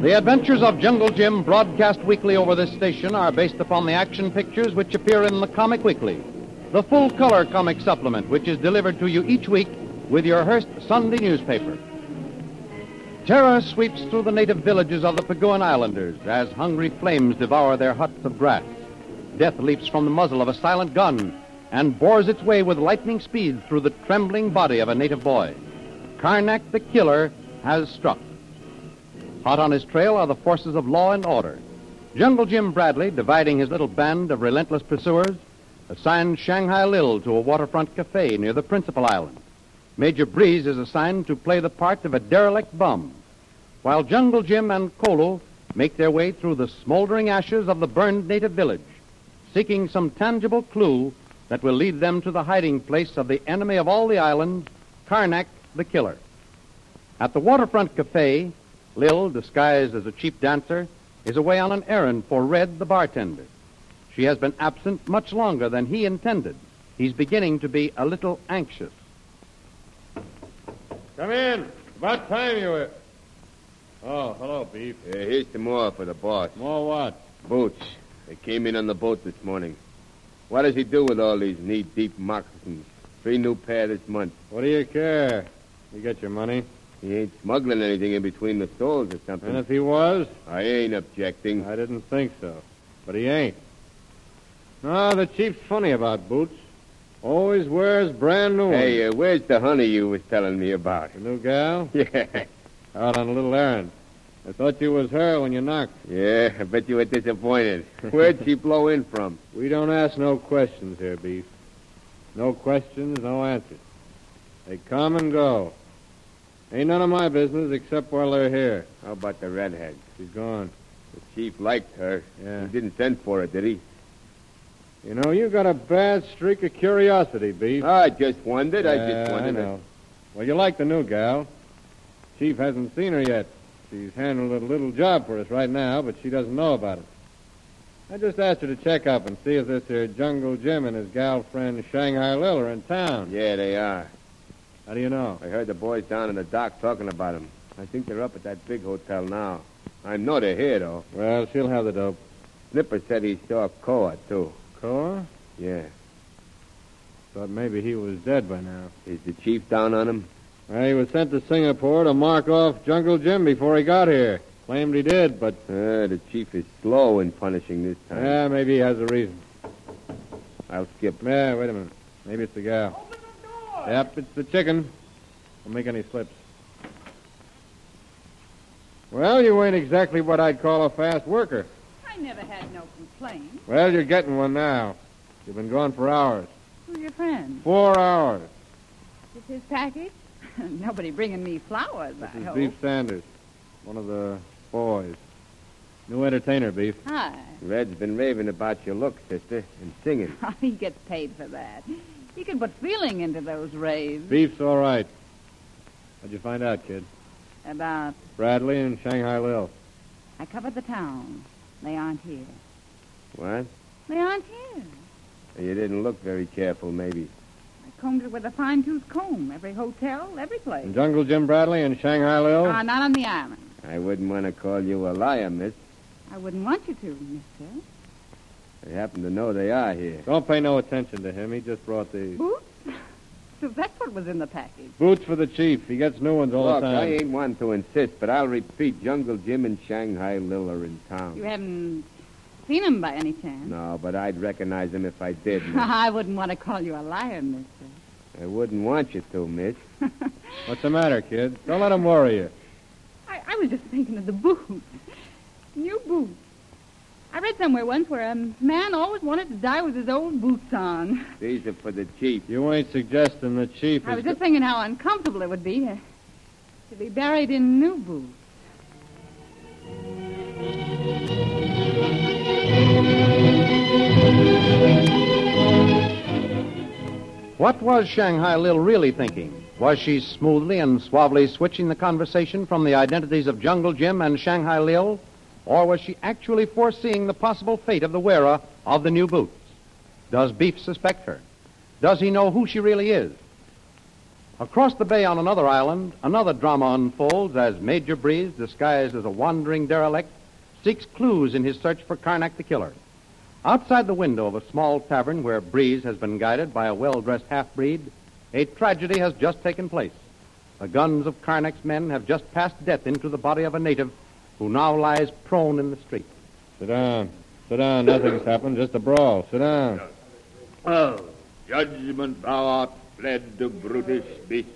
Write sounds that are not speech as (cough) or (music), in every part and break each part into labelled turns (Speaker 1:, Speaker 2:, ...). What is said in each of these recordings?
Speaker 1: The adventures of Jungle Jim, broadcast weekly over this station, are based upon the action pictures which appear in the Comic Weekly, the full color comic supplement which is delivered to you each week with your Hearst Sunday newspaper. Terror sweeps through the native villages of the Paguan Islanders as hungry flames devour their huts of grass. Death leaps from the muzzle of a silent gun and bores its way with lightning speed through the trembling body of a native boy. Karnak the killer has struck. Hot on his trail are the forces of law and order. Jungle Jim Bradley, dividing his little band of relentless pursuers, assigned Shanghai Lil to a waterfront cafe near the principal island. Major Breeze is assigned to play the part of a derelict bum, while Jungle Jim and Kolo make their way through the smoldering ashes of the burned native village, seeking some tangible clue that will lead them to the hiding place of the enemy of all the islands, Karnak the Killer. At the waterfront cafe, Lil, disguised as a cheap dancer, is away on an errand for Red, the bartender. She has been absent much longer than he intended. He's beginning to be a little anxious.
Speaker 2: Come in. About time you were. Oh, hello, Beef.
Speaker 3: Uh, here's some more for the boss.
Speaker 2: More what?
Speaker 3: Boots. They came in on the boat this morning. What does he do with all these knee-deep moccasins? Three new pair this month.
Speaker 2: What do you care? You get your money.
Speaker 3: He ain't smuggling anything in between the soles or something.
Speaker 2: And if he was,
Speaker 3: I ain't objecting.
Speaker 2: I didn't think so. But he ain't. No, the chief's funny about boots. Always wears brand new ones.
Speaker 3: Hey, uh, where's the honey you was telling me about? (laughs)
Speaker 2: The new gal?
Speaker 3: Yeah,
Speaker 2: Out on a little errand. I thought you was her when you knocked.
Speaker 3: yeah. I bet you were disappointed. Where'd she blow in from?
Speaker 2: We don't ask no questions here, Beef. No questions, no answers. They come and go. Ain't none of my business except while they're here.
Speaker 3: How about the redhead?
Speaker 2: She's gone.
Speaker 3: The chief liked her.
Speaker 2: Yeah.
Speaker 3: He didn't send for her, did he?
Speaker 2: You know, you got a bad streak of curiosity, Beef.
Speaker 3: I just wondered. Oh, I just
Speaker 2: Yeah,
Speaker 3: wondered.
Speaker 2: I know. Well, you like the new gal. Chief hasn't seen her yet. She's handled a little job for us right now, but she doesn't know about it. I just asked her to check up and see if this here Jungle Jim and his gal friend Shanghai Lil are in town.
Speaker 3: Yeah, they are.
Speaker 2: How do you know?
Speaker 3: I heard the boys down in the dock talking about him. I think they're up at that big hotel now. I know they're here, though.
Speaker 2: Well, she'll have the dope.
Speaker 3: Snipper said he saw Koa, too.
Speaker 2: Core?
Speaker 3: Yeah.
Speaker 2: Thought maybe he was dead by now.
Speaker 3: Is the chief down on him?
Speaker 2: Well, he was sent to Singapore to mark off Jungle Jim before he got here. Claimed he did, but
Speaker 3: Uh, the chief is slow in punishing this time.
Speaker 2: yeah, maybe he has a reason.
Speaker 3: I'll skip.
Speaker 2: Yeah, Eh, wait a minute. Maybe it's the gal. Open the door. Yep, it's the chicken. Don't make any slips. Well, you ain't exactly what I'd call a fast worker.
Speaker 4: I never had no complaint.
Speaker 2: Well, you're getting one now. You've been gone for hours.
Speaker 4: Who's your friend?
Speaker 2: Four hours.
Speaker 4: It's his package? (laughs) Nobody bringing me flowers, I
Speaker 2: This is
Speaker 4: hope.
Speaker 2: Beef Sanders, one of the boys. New entertainer, Beef.
Speaker 4: Hi. (laughs)
Speaker 3: Red's been raving about your look, sister, and singing.
Speaker 4: he gets paid for that. You can put feeling into those raves.
Speaker 2: Beef's all right. How'd you find out, kid?
Speaker 4: About
Speaker 2: Bradley and Shanghai Lil.
Speaker 4: I covered the town. They aren't here.
Speaker 3: What?
Speaker 4: They aren't here.
Speaker 3: You didn't look very careful, maybe.
Speaker 4: I combed it with a fine tooth comb. Every hotel, every place.
Speaker 2: And Jungle Jim Bradley and Shanghai Lil?
Speaker 4: Ah, not on the island.
Speaker 3: I wouldn't want to call you a liar, miss.
Speaker 4: I wouldn't want you to, mister.
Speaker 3: I happen to know they are here.
Speaker 2: Don't pay no attention to him. He just brought these.
Speaker 4: Boots? (laughs) so that's what was in the package.
Speaker 2: Boots for the chief. He gets new ones all
Speaker 3: Look,
Speaker 2: the
Speaker 3: I
Speaker 2: time.
Speaker 3: ain't one to insist, but I'll repeat Jungle Jim and Shanghai Lil are in town.
Speaker 4: You haven't seen him by any chance.
Speaker 3: No, but I'd recognize him if I did.
Speaker 4: (laughs)
Speaker 3: miss.
Speaker 4: I wouldn't want to call you a liar, mister.
Speaker 3: I wouldn't want you to, miss.
Speaker 2: What's the matter, kid? Don't let him worry you.
Speaker 4: I, I was just thinking of the boots. New boots. I read somewhere once where a man always wanted to die with his old boots on.
Speaker 3: These are for the chief.
Speaker 2: You ain't suggesting the chief
Speaker 4: I
Speaker 2: is.
Speaker 4: was just thinking how uncomfortable it would be uh, to be buried in new boots.
Speaker 1: What was Shanghai Lil really thinking? Was she smoothly and suavely switching the conversation from the identities of Jungle Jim and Shanghai Lil? Or was she actually foreseeing the possible fate of the wearer of the new boots? Does Beef suspect her? Does he know who she really is? Across the bay on another island, another drama unfolds as Major Breeze, disguised as a wandering derelict, seeks clues in his search for Karnak the Killer. Outside the window of a small tavern where Breeze has been guided by a well dressed half breed, a tragedy has just taken place. The guns of Karnak's men have just passed death into the body of a native who now lies prone in the street.
Speaker 2: Sit down. Sit down. Nothing's happened. Just a brawl. Sit down.
Speaker 3: Oh, judgment thou art fled to brutish beasts,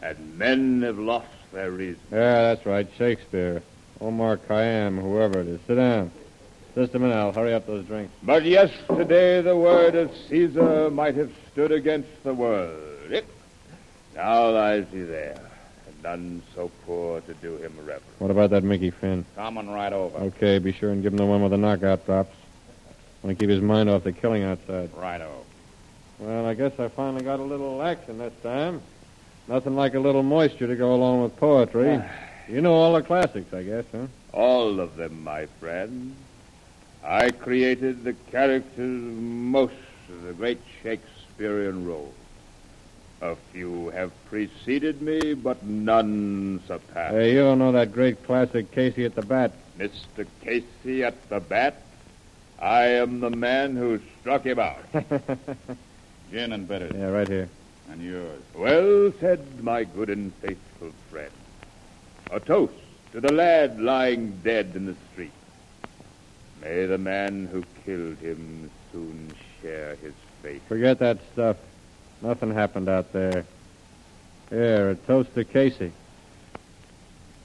Speaker 3: and men have lost their reason.
Speaker 2: Yeah, that's right. Shakespeare. Omar Khayyam, whoever it is. Sit down. Just a minute. I'll hurry up those drinks.
Speaker 3: But yesterday the word of Caesar might have stood against the world. It, now lies he there, and none so poor to do him reverence.
Speaker 2: What about that Mickey Finn?
Speaker 3: Coming right over.
Speaker 2: Okay, be sure and give him the one with the knockout drops. Want to keep his mind off the killing outside.
Speaker 3: Righto.
Speaker 2: Well, I guess I finally got a little action this time. Nothing like a little moisture to go along with
Speaker 5: Ah.
Speaker 2: poetry. you know all the classics, I guess, huh?
Speaker 3: All of them, my friend. I created the characters of most of the great Shakespearean roles. A few have preceded me, but none
Speaker 5: Ah.
Speaker 3: surpass.
Speaker 2: Hey, you don't know that great classic Casey at the Bat.
Speaker 3: Mr. Casey at the bat. I am the man who struck him out. Gin and bitters.
Speaker 2: Yeah, right here.
Speaker 3: And yours. Well said, my good and faithful friend. A toast to the lad lying dead in the street. May the man who killed him soon share his fate.
Speaker 2: Forget that stuff. Nothing happened out there. Here, a toast to Casey.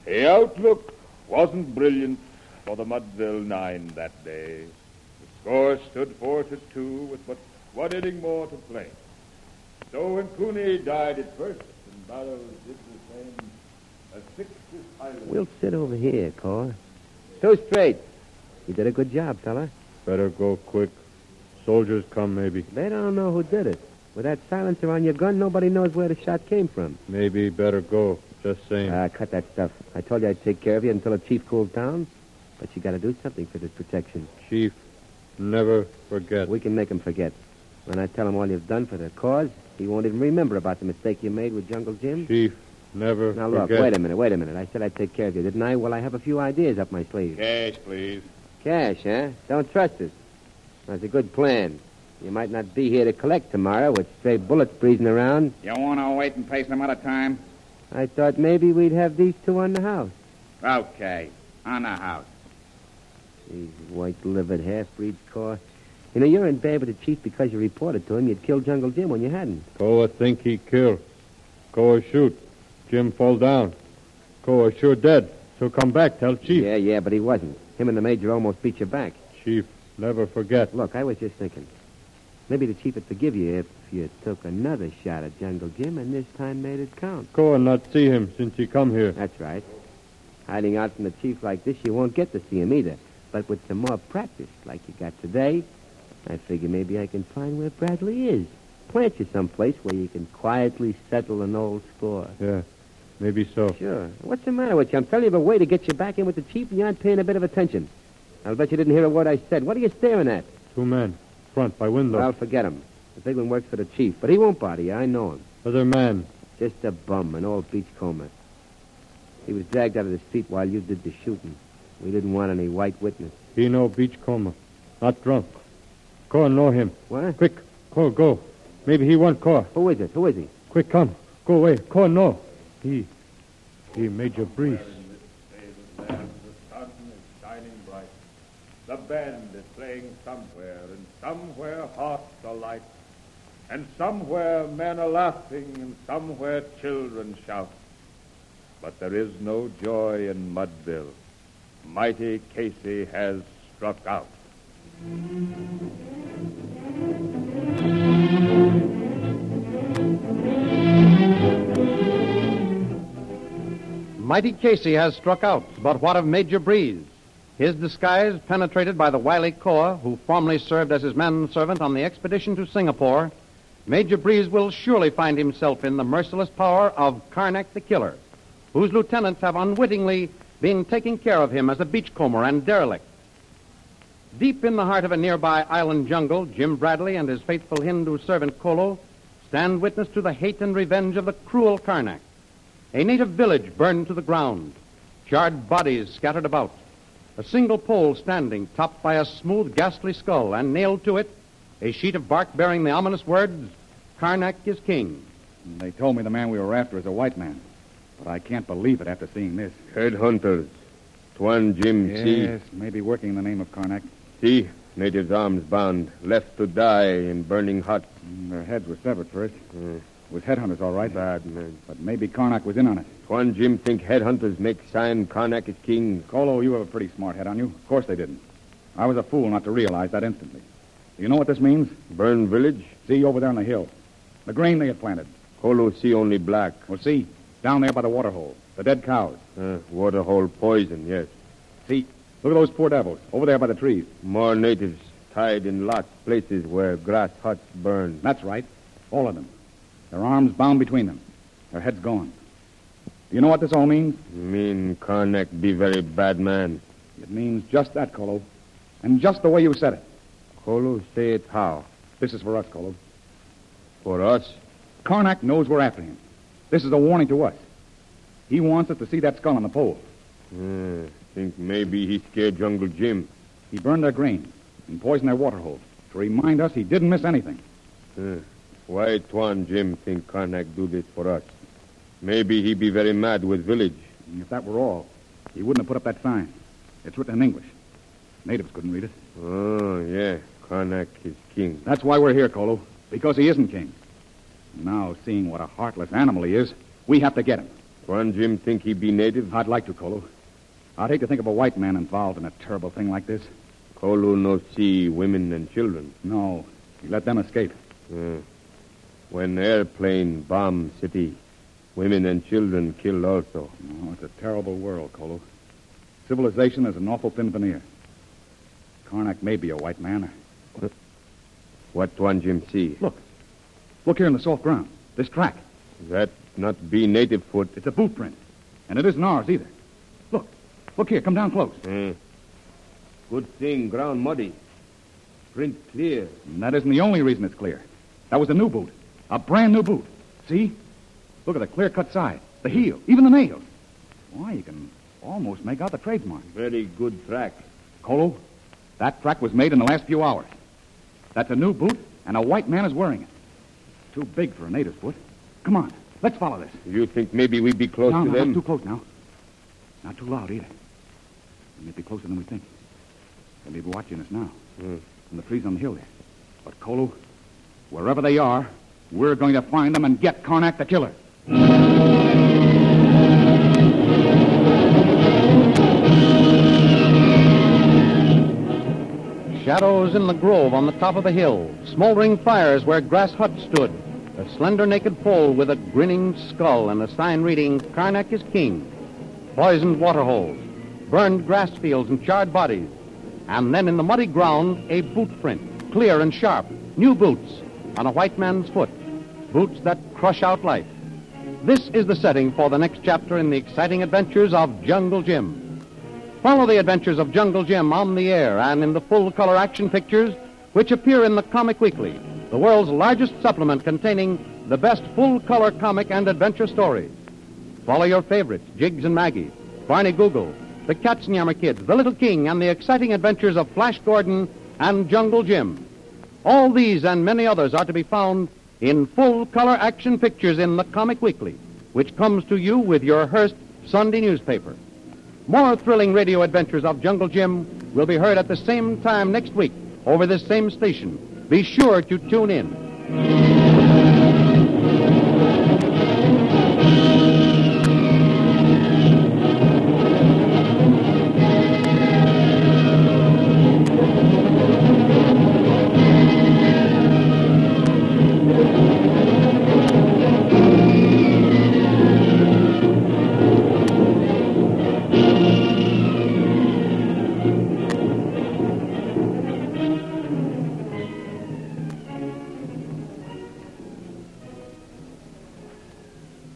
Speaker 3: The outlook wasn't brilliant for the Mudville nine that day. The score stood four to two with but one inning more to play. So when Cooney died at first and Barrows did the same, a six is island.
Speaker 5: We'll sit over here, Cor. So straight. You did a good job, fella.
Speaker 2: Better go quick. Soldiers come, maybe.
Speaker 5: They don't know who did it. With that silencer on your gun, nobody knows where the shot came from.
Speaker 2: Maybe better go. Just saying.
Speaker 5: Ah, cut that stuff. I told you I'd take care of you until the chief cooled down. But you gotta do something for this protection.
Speaker 2: Chief, never forget.
Speaker 5: We can make him forget. When I tell him all you've done for the cause, he won't even remember about the mistake you made with Jungle Jim.
Speaker 2: Chief, never
Speaker 5: Now look,
Speaker 2: forget.
Speaker 5: wait a minute, wait a minute. I said I'd take care of you, didn't I? Well, I have a few ideas up my sleeve.
Speaker 3: Cash, please.
Speaker 5: Cash, huh? Don't trust us. That's a good plan. You might not be here to collect tomorrow with stray bullets breezing around.
Speaker 6: You want to wait and pay some other time?
Speaker 5: I thought maybe we'd have these two on the house.
Speaker 6: Okay. On the house.
Speaker 5: These white-livered half-breed car. You know, you're in bad with the chief because you reported to him you'd killed Jungle Jim when you hadn't.
Speaker 2: Koa think he killed. Koa shoot. Jim fall down. Koa sure dead. So come back, tell Chief.
Speaker 5: Yeah, yeah, but he wasn't. Him and the major almost beat you back.
Speaker 2: Chief, never forget.
Speaker 5: Look, I was just thinking. Maybe the chief would forgive you if you took another shot at Jungle Jim and this time made it count.
Speaker 2: Koa not see him since he come here.
Speaker 5: That's right. Hiding out from the chief like this, you won't get to see him either. But with some more practice, like you got today, I figure maybe I can find where Bradley is. Plant you someplace where you can quietly settle an old score.
Speaker 2: Yeah, maybe so.
Speaker 5: Sure. What's the matter with you? I'm telling you of a way to get you back in with the chief, and you're not paying a bit of attention. I'll bet you didn't hear a word I said. What are you staring at?
Speaker 2: Two men. Front by window.
Speaker 5: Well, forget him. The big one works for the chief, but he won't bother you. I know him.
Speaker 2: Other man.
Speaker 5: Just a bum, an old beachcomber. He was dragged out of the street while you did the shooting. We didn't want any white witness.
Speaker 2: He no beachcomber. Not drunk. Koa know him.
Speaker 5: What?
Speaker 2: Quick. Koa go. Maybe he want Koa.
Speaker 5: Who is it? Who is he?
Speaker 2: Quick, come. Go away. Koa no. He. He Major Breeze.
Speaker 3: The sun is shining bright. The band is playing somewhere, and somewhere hearts are light. And somewhere men are laughing, and somewhere children shout. But there is no joy in Mudville. Mighty Casey has struck out.
Speaker 1: Mighty Casey has struck out, but what of Major Breeze? His disguise penetrated by the wily Koa, who formerly served as his manservant on the expedition to Singapore, Major Breeze will surely find himself in the merciless power of Karnak the Killer, whose lieutenants have unwittingly been taking care of him as a beachcomber and derelict. Deep in the heart of a nearby island jungle, Jim Bradley and his faithful Hindu servant Kolo stand witness to the hate and revenge of the cruel Karnak. A native village burned to the ground, charred bodies scattered about, a single pole standing topped by a smooth, ghastly skull, and nailed to it a sheet of bark bearing the ominous words, Karnak is king.
Speaker 6: They told me the man we were after is a white man. But I can't believe it after seeing this.
Speaker 3: Headhunters. Tuan Jim
Speaker 6: Yes, maybe working in the name of Karnak.
Speaker 3: See, natives arms bound, left to die in burning hut.
Speaker 6: Mm, Their heads were severed first.
Speaker 3: Mm.
Speaker 6: It was headhunters, all right.
Speaker 3: Bad man.
Speaker 6: But maybe Karnak was in on it.
Speaker 3: Tuan Jim think headhunters make sign Karnak is king.
Speaker 6: Colo, you have a pretty smart head on you. Of course they didn't. I was a fool not to realize that instantly. Do you know what this means?
Speaker 3: Burn village?
Speaker 6: See over there on the hill. The grain they had planted.
Speaker 3: Colo see only black.
Speaker 6: Well, see, down there by the water hole. The dead cows.
Speaker 3: Uh, water hole poison, yes.
Speaker 6: See, look at those poor devils over there by the trees.
Speaker 3: More natives tied in lots, places where grass huts burn.
Speaker 6: That's right. All of them. Their arms bound between them. Their heads gone. Do you know what this all means?
Speaker 3: Mean Karnak be very bad man.
Speaker 6: It means just that, Colo. And just the way you said it.
Speaker 3: Colo say it how?
Speaker 6: This is for us, Colo.
Speaker 3: For us?
Speaker 6: Karnak knows we're after him. This is a warning to us. He wants us to see that skull on the pole.
Speaker 3: Uh, think maybe he scared Jungle Jim.
Speaker 6: He burned their grain and poisoned their water hole to remind us he didn't miss anything.
Speaker 3: Uh, why Tuan Jim think Karnak do this for us? Maybe he be very mad with village.
Speaker 6: And if that were all, he wouldn't have put up that sign. It's written in English. Natives couldn't read it.
Speaker 3: Oh, yeah. Karnak is king.
Speaker 6: That's why we're here, Colo. Because he isn't king. Now, seeing what a heartless animal he is, we have to get him.
Speaker 3: Tuan Jim think he be native?
Speaker 6: I'd like to, Colo. I'd hate to think of a white man involved in a terrible thing like this.
Speaker 3: Kolo no see women and children.
Speaker 6: No, he let them escape.
Speaker 3: Uh, when airplane bomb city, women and children killed also.
Speaker 6: No, Oh, it's a terrible world, Colo. Civilization is an awful thin veneer. Karnak may be a white man.
Speaker 3: What Tuan Jim see?
Speaker 6: Look here in the soft ground. This track.
Speaker 3: That not be native foot.
Speaker 6: It's a boot print. And it isn't ours either. Look. Look here. Come down close.
Speaker 3: Uh, good thing ground muddy. Print clear.
Speaker 6: And that isn't the only reason it's clear. That was a new boot. A brand new boot. See? Look at the clear cut side, the heel, even the nails. Why, you can almost make out the trademark.
Speaker 3: Very good track.
Speaker 6: Colo, that track was made in the last few hours. That's a new boot, and a white man is wearing it. Too big for a native's foot. Come on, let's follow this.
Speaker 3: You think maybe we be close
Speaker 6: no,
Speaker 3: to
Speaker 6: no,
Speaker 3: them?
Speaker 6: not too close now. Not too loud either. We may be closer than we think. They may be watching us now.
Speaker 3: Hmm.
Speaker 6: From the trees on the hill there. But, Kolu, wherever they are, we're going to find them and get Karnak the killer.
Speaker 1: Shadows in the grove on the top of the hill, smoldering fires where grass huts stood, a slender naked pole with a grinning skull and a sign reading, Karnak is king, poisoned water holes, burned grass fields and charred bodies, and then in the muddy ground, a boot print, clear and sharp, new boots on a white man's foot, boots that crush out life. This is the setting for the next chapter in the exciting adventures of Jungle Jim. Follow the adventures of Jungle Jim on the air and in the full color action pictures, which appear in the Comic Weekly, the world's largest supplement containing the best full color comic and adventure stories. Follow your favorites, Jiggs and Maggie, Barney Google, the Katzenjammer Kids, The Little King, and the exciting adventures of Flash Gordon and Jungle Jim. All these and many others are to be found in full color action pictures in the Comic Weekly, which comes to you with your Hearst Sunday newspaper. More thrilling radio adventures of Jungle Jim will be heard at the same time next week over this same station. Be sure to tune in.